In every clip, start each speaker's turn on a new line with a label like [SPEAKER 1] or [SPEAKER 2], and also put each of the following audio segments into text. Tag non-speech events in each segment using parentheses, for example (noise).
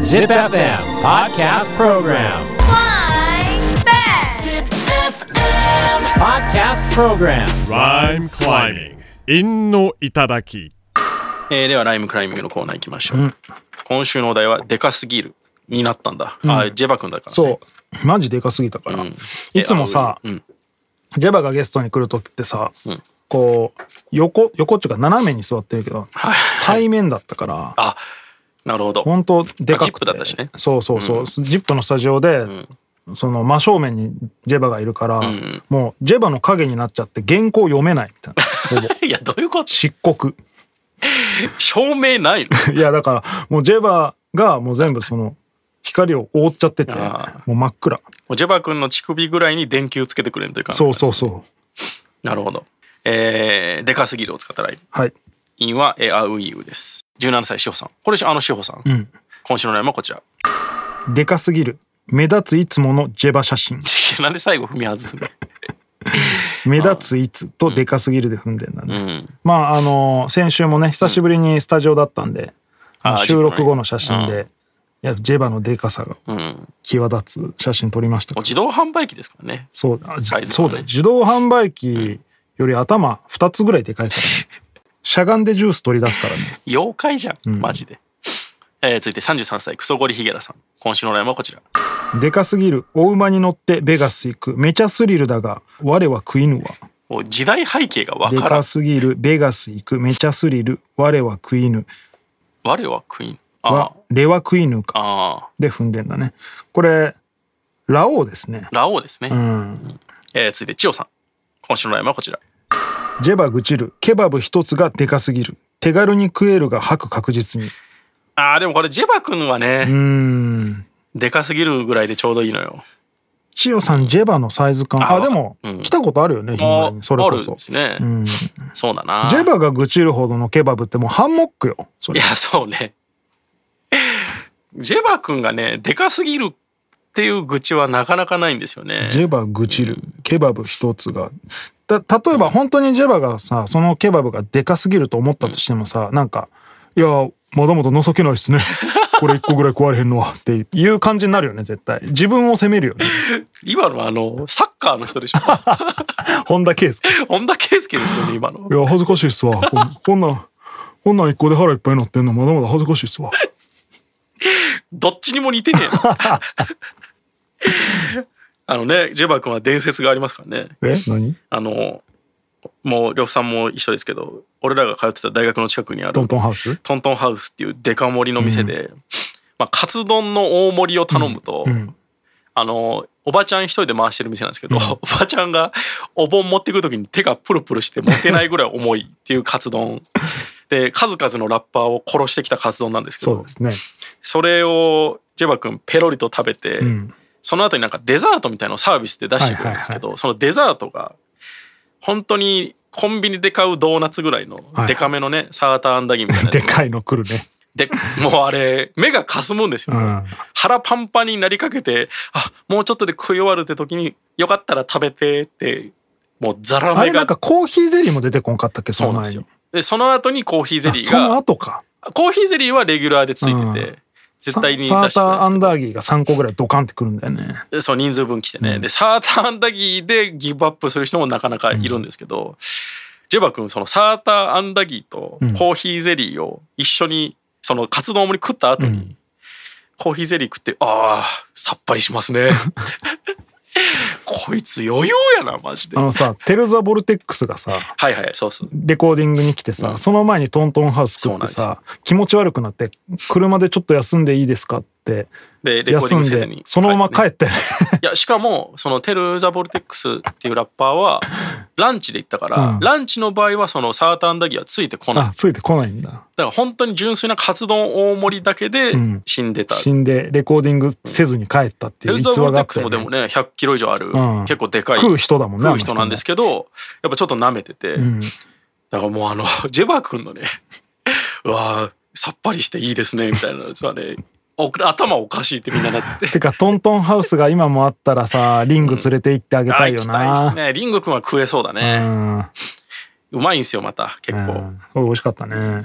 [SPEAKER 1] Zip FM Podcast Program.
[SPEAKER 2] Flying back.
[SPEAKER 1] Podcast Program.
[SPEAKER 3] Rhyme climbing. 陰の頂き。
[SPEAKER 4] えーではライムクライミングのコーナー行きましょう、今週のお題は「でかすぎる」になったんだ、あジェバ君だから、ね、
[SPEAKER 5] そうマジでかすぎたから、いつもさ、
[SPEAKER 4] うん
[SPEAKER 5] ジェバがゲストに来る時ってさ、こう横横っちゅうか斜めに座ってるけど、対面だったから
[SPEAKER 4] あなるほど
[SPEAKER 5] 本当で
[SPEAKER 4] まあ
[SPEAKER 5] かくて、
[SPEAKER 4] ジップだったしね
[SPEAKER 5] そうそうそう、ジップのスタジオで、その真正面にジェバがいるから、もうジェバの影になっちゃって原稿読めないみたいなほぼ (laughs)
[SPEAKER 4] (laughs) いやどういうこと
[SPEAKER 5] 漆黒
[SPEAKER 4] 証明ないの
[SPEAKER 5] いやだからもうジェバがもう全部その光を覆っちゃってても
[SPEAKER 4] あ
[SPEAKER 5] う真っ暗
[SPEAKER 4] もうジェバ君の乳首ぐらいに電球つけてくれるというか
[SPEAKER 5] そうそうそう
[SPEAKER 4] なるほどえー、でかすぎるを使ったライム
[SPEAKER 5] はい
[SPEAKER 4] インは「えあういう」です17歳志保さんこれあの志保さん、
[SPEAKER 5] ん
[SPEAKER 4] 今週のライムはこちら (laughs)
[SPEAKER 5] でかすぎる目立ついつものジェバ写
[SPEAKER 4] (laughs)
[SPEAKER 5] 真
[SPEAKER 4] なんで最後踏み外すんだ
[SPEAKER 5] 目立ついつとでかすぎるで踏んでんだね、
[SPEAKER 4] うん
[SPEAKER 5] まああの先週もね久しぶりにスタジオだったんで、あの
[SPEAKER 4] あー
[SPEAKER 5] 収録後の写真で、いやジェバのでかさが
[SPEAKER 4] うん
[SPEAKER 5] 際立つ写真撮りましたけ
[SPEAKER 4] もう
[SPEAKER 5] ど
[SPEAKER 4] 自動販売機ですからね
[SPEAKER 5] そうあじ
[SPEAKER 4] サイズがね
[SPEAKER 5] そうだよ自動販売機より頭2つぐらいでかいからねしゃがんでジュース取り出すからね
[SPEAKER 4] 妖怪じゃん、マジで、えー、続いて33歳クソゴリヒゲラさん今週のライムはこちら
[SPEAKER 5] でかすぎるお馬に乗ってベガス行くめちゃスリルだが我は食いぬわ
[SPEAKER 4] もう時代背景が分
[SPEAKER 5] で
[SPEAKER 4] からん
[SPEAKER 5] かすぎるベガス行くめちゃスリル我は食いぬ
[SPEAKER 4] 我はクイーンあ
[SPEAKER 5] はレは食いぬか
[SPEAKER 4] あ
[SPEAKER 5] で踏んでんだねこれラオウですね
[SPEAKER 4] ーラオウですね、
[SPEAKER 5] うん
[SPEAKER 4] えー、続いて千代さん今週のライムはこちら
[SPEAKER 5] ジェバ愚痴るケバブ一つがでかすぎる手軽に食えるが吐く確実に
[SPEAKER 4] あーでもこれジェバ君はね、
[SPEAKER 5] うん
[SPEAKER 4] でかすぎるぐらいでちょうどいいのよ
[SPEAKER 5] 千代さんジェバのサイズ感
[SPEAKER 4] あ
[SPEAKER 5] あでも、
[SPEAKER 4] うん
[SPEAKER 5] 来たことあるよねひん
[SPEAKER 4] あ
[SPEAKER 5] や
[SPEAKER 4] ー
[SPEAKER 5] りにそれ
[SPEAKER 4] あ
[SPEAKER 5] こ
[SPEAKER 4] る
[SPEAKER 5] そ、
[SPEAKER 4] ですね、
[SPEAKER 5] うん、ジ
[SPEAKER 4] そうだな
[SPEAKER 5] ェバが愚痴るほどのケバブってもうハンモックよそ
[SPEAKER 4] い
[SPEAKER 5] れ
[SPEAKER 4] やそうねジェバ君がねでかすぎるっていう愚痴はなかなかないんですよね
[SPEAKER 5] ジェバ愚痴るケバブ一つがだ例えば本当にジェバがさそのケバブがでかすぎると思ったとしてもさ、なんか「いやまだまだ情けないっ
[SPEAKER 4] (laughs)
[SPEAKER 5] すねこれ一個ぐらい食われへんのは」っていう感じになるよね絶対自分を責めるよね
[SPEAKER 4] 今のあのサッカーの人でしょ
[SPEAKER 5] 本田圭佑
[SPEAKER 4] (laughs) 本田圭佑ですよね今の
[SPEAKER 5] いや恥ずかしいっすわこんこんなんこんなん一個で腹いっぱいになってんのまだまだ恥ずかしいっすわ
[SPEAKER 4] どっちにも似てねえな
[SPEAKER 5] (laughs)
[SPEAKER 4] あのねジェバ君は伝説がありますからね
[SPEAKER 5] え何
[SPEAKER 4] あのもう呂布さんも一緒ですけど俺らが通ってた大学の近くにある
[SPEAKER 5] トントンハウス
[SPEAKER 4] トントンハウスっていうデカ盛りの店で、まあ、カツ丼の大盛りを頼むと、あのおばちゃん一人で回してる店なんですけど、おばちゃんがお盆持ってくる時に手がプルプルして持てないぐらい重いっていうカツ
[SPEAKER 5] (laughs)
[SPEAKER 4] 丼で数々のラッパーを殺してきたカツ丼なんですけ
[SPEAKER 5] そう
[SPEAKER 4] ど
[SPEAKER 5] ですね
[SPEAKER 4] それをジェバ君ペロリと食べて、
[SPEAKER 5] ん
[SPEAKER 4] その後になんかデザートみたいのをサービスで出してくるんですけど、そのデザートが本当にコンビニで買うドーナツぐらいの
[SPEAKER 5] はい
[SPEAKER 4] デカめのね、サーターアンダギーみたいなやつ
[SPEAKER 5] でかいの来るね
[SPEAKER 4] でもうあれ目がかすむんですよ、
[SPEAKER 5] うん
[SPEAKER 4] 腹パンパンになりかけてあもうちょっとで食い終わるって時によかったら食べてってもうザラ
[SPEAKER 5] あ
[SPEAKER 4] メ
[SPEAKER 5] れな
[SPEAKER 4] が
[SPEAKER 5] んかコーヒーゼリーも出てこんかったっけそ
[SPEAKER 4] そうな
[SPEAKER 5] の
[SPEAKER 4] ん
[SPEAKER 5] 前
[SPEAKER 4] ですよ
[SPEAKER 5] に
[SPEAKER 4] でその後にコーヒーゼリー
[SPEAKER 5] その
[SPEAKER 4] が
[SPEAKER 5] 後か
[SPEAKER 4] コーヒーゼリーはレギュラーでついてて、
[SPEAKER 5] うん
[SPEAKER 4] 絶対に出してくれ
[SPEAKER 5] サ
[SPEAKER 4] るんで
[SPEAKER 5] ー
[SPEAKER 4] す
[SPEAKER 5] タ
[SPEAKER 4] け
[SPEAKER 5] ーア
[SPEAKER 4] ど
[SPEAKER 5] ンダーギーが3個ぐらいドカンってくるんだよね
[SPEAKER 4] そう人数分来てね、でサーターアンダギーでギブアップする人もなかなかいるんですけど、ジェバ君そのサーターアンダギーとコーヒーゼリーを一緒にそのカツ丼盛り食った後に、コーヒーゼリー食ってあーさっぱりします
[SPEAKER 5] (laughs)
[SPEAKER 4] ねこいつ余裕やなマジで
[SPEAKER 5] あ
[SPEAKER 4] は
[SPEAKER 5] のさテルザ・ボルテックスがさ
[SPEAKER 4] いはいそうそう
[SPEAKER 5] レコーディングに来てさ、その前にトントンハウス食って
[SPEAKER 4] そうな
[SPEAKER 5] さ気持ち悪くなって車でちょっと休んでいいですかって
[SPEAKER 4] でレコーディ
[SPEAKER 5] 休
[SPEAKER 4] ン
[SPEAKER 5] ん
[SPEAKER 4] グせず
[SPEAKER 5] で
[SPEAKER 4] に
[SPEAKER 5] そのまま帰
[SPEAKER 4] って、い
[SPEAKER 5] って
[SPEAKER 4] やしかもそのテル・ザ・ボルテックスっていうラッパーはランチで行ったから、
[SPEAKER 5] うん
[SPEAKER 4] ランチの場合はそのサーターアンダギーはついてこない
[SPEAKER 5] あついてこないんだ
[SPEAKER 4] だから本当に純粋なカツ丼大盛りだけで
[SPEAKER 5] ん
[SPEAKER 4] 死んでた。
[SPEAKER 5] 死んでレコーディングせずに帰ったって
[SPEAKER 4] ヘ
[SPEAKER 5] いう
[SPEAKER 4] ル
[SPEAKER 5] 逸
[SPEAKER 4] ザーボ
[SPEAKER 5] 話
[SPEAKER 4] ル
[SPEAKER 5] が
[SPEAKER 4] テッ
[SPEAKER 5] あっ
[SPEAKER 4] ク
[SPEAKER 5] た
[SPEAKER 4] ス
[SPEAKER 5] よ
[SPEAKER 4] もで
[SPEAKER 5] ね
[SPEAKER 4] もね100キロ以上ある、
[SPEAKER 5] うん
[SPEAKER 4] 結構でかい
[SPEAKER 5] 食う人だもんね
[SPEAKER 4] 食う人なんですけどやっぱちょっと舐めてて、
[SPEAKER 5] ん
[SPEAKER 4] だからもうあの (laughs) ジェバー君のね「うわーさっぱりしていいですね」みたいなやつはね (laughs) お頭おかしいってみんななってて。
[SPEAKER 5] てかトントンハウスが今もあったらさリング連れて行ってあげた
[SPEAKER 4] あ
[SPEAKER 5] い
[SPEAKER 4] 行
[SPEAKER 5] よ
[SPEAKER 4] きたいっ
[SPEAKER 5] な、
[SPEAKER 4] すね。リング君は食えそうだね。うまいんすよ、また。結
[SPEAKER 5] うん、う
[SPEAKER 4] 構。
[SPEAKER 5] ん、これ美味しかったね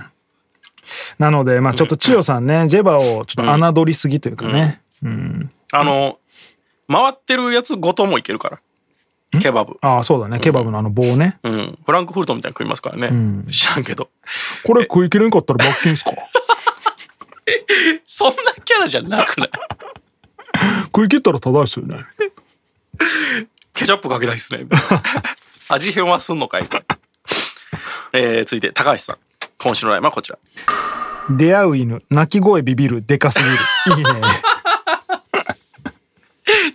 [SPEAKER 5] なのでまあちょっと千代さんねジェバをちょっと侮りすぎというかね、うん
[SPEAKER 4] あの、回ってるやつごともいけるから。ケバブ。
[SPEAKER 5] ああそうだねケバブのあの棒ね
[SPEAKER 4] うん。フランクフルトみたいに食いますからね。知らんけど。
[SPEAKER 5] これ食い切れんかったら罰金っすか
[SPEAKER 4] そんなキャラじゃなくない
[SPEAKER 5] (laughs) 食い切ったらただですよね
[SPEAKER 4] ケチャップかけたいっすね。みたいな (laughs) 味変はすんのかいえー、続いて、高橋さん。今週のライマはこちら。
[SPEAKER 5] 出会う犬鳴き声ビビるでかすぎるいいね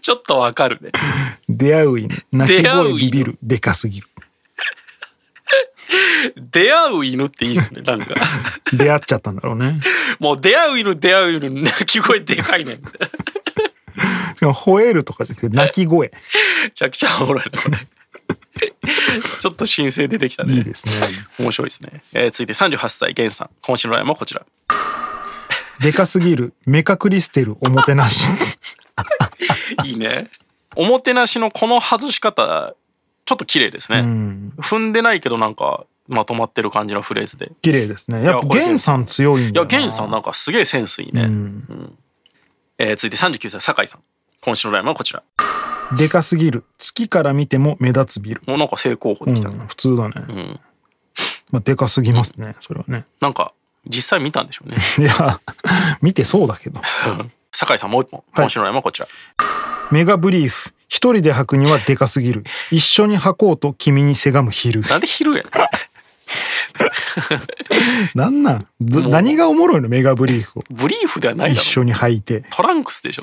[SPEAKER 4] ちょっとわかるね。
[SPEAKER 5] (laughs) 出会う犬鳴き声ビビるでかすぎる
[SPEAKER 4] 出会う犬っていいっす (laughs) ね。なんか。
[SPEAKER 5] 出会っちゃったんだろうね
[SPEAKER 4] もう出会う犬、出会う犬、鳴き声でかいねん。みたいな
[SPEAKER 5] しかも吠えるとかじゃなくて鳴き声
[SPEAKER 4] めちゃくちゃおもろいなこ (laughs) れ。ちょっと新生出てきたね。
[SPEAKER 5] いいですね
[SPEAKER 4] 面白いですね。えー、続いて38歳、ゲンさん。今週のライマはこちら。
[SPEAKER 5] でかすぎるメカクリステルおもてな (laughs) し
[SPEAKER 4] (laughs) いいね。おもてなしのこの外し方、ちょっと綺麗ですね。踏んでないけどなんかまとまってる感じのフレーズで。
[SPEAKER 5] 綺麗ですねやっぱ
[SPEAKER 4] いやこれ
[SPEAKER 5] ゲンさん強いん
[SPEAKER 4] い
[SPEAKER 5] だ
[SPEAKER 4] や、
[SPEAKER 5] よな
[SPEAKER 4] ゲンさんなんかすげえセンスいいね。うんえー続いて39歳、酒井さん。今週のライマはこちら。
[SPEAKER 5] でかすぎる月から見ても目立つビル、
[SPEAKER 4] もうなんか正攻法
[SPEAKER 5] う
[SPEAKER 4] で
[SPEAKER 5] ん、
[SPEAKER 4] きたね。
[SPEAKER 5] 普通だね、
[SPEAKER 4] ん
[SPEAKER 5] まあ、でかすぎますねそれはね
[SPEAKER 4] なんか実際見たんでしょうね。 (laughs)
[SPEAKER 5] いや見てそうだけど
[SPEAKER 4] 酒井さんもう一本。今週のライマはこちら。
[SPEAKER 5] メガブリーフ一人で履くにはでかすぎる一緒に履こうと君にせがむ昼
[SPEAKER 4] なんで昼やねん
[SPEAKER 5] なんなんど何がおもろいのメガブリーフを
[SPEAKER 4] ブリーフではない
[SPEAKER 5] 一
[SPEAKER 4] だろ。
[SPEAKER 5] 緒に履いて
[SPEAKER 4] トランクスでしょ。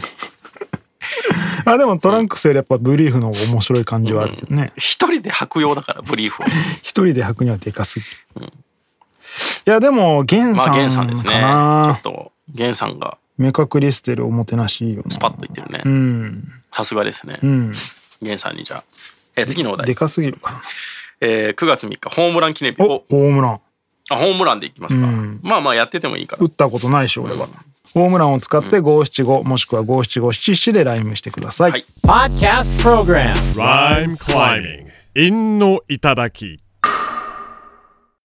[SPEAKER 5] あでもトランクスよりやっぱブリーフの方が面白い感じはあるけどね
[SPEAKER 4] 一人で履くようだから、ブリーフは。
[SPEAKER 5] 一人で履くにはでかすぎる、いやでもゲン
[SPEAKER 4] ま
[SPEAKER 5] さ
[SPEAKER 4] あ、
[SPEAKER 5] ん
[SPEAKER 4] ゲンさんですね。ちょ
[SPEAKER 5] かな
[SPEAKER 4] っと、ゲンさんが
[SPEAKER 5] メカクリステルおもてなしいいよな
[SPEAKER 4] スパッといってるね
[SPEAKER 5] う。ん
[SPEAKER 4] さすがですね。
[SPEAKER 5] うん
[SPEAKER 4] ゲンさんにじゃあ。えー次のお題
[SPEAKER 5] で。かすぎるかな
[SPEAKER 4] えー9月3日、ホームラン記念日。
[SPEAKER 5] お
[SPEAKER 4] お
[SPEAKER 5] ホームラン
[SPEAKER 4] あ、ホームランでいきますか。
[SPEAKER 5] うん
[SPEAKER 4] まあまあ、やっててもいいから
[SPEAKER 5] 打。ったことないし俺はホームランを使って五七五もしくは五七五七七でライムしてください、
[SPEAKER 4] はい
[SPEAKER 1] Podcast Program.
[SPEAKER 3] Rhyme climbing. 韻の頂き。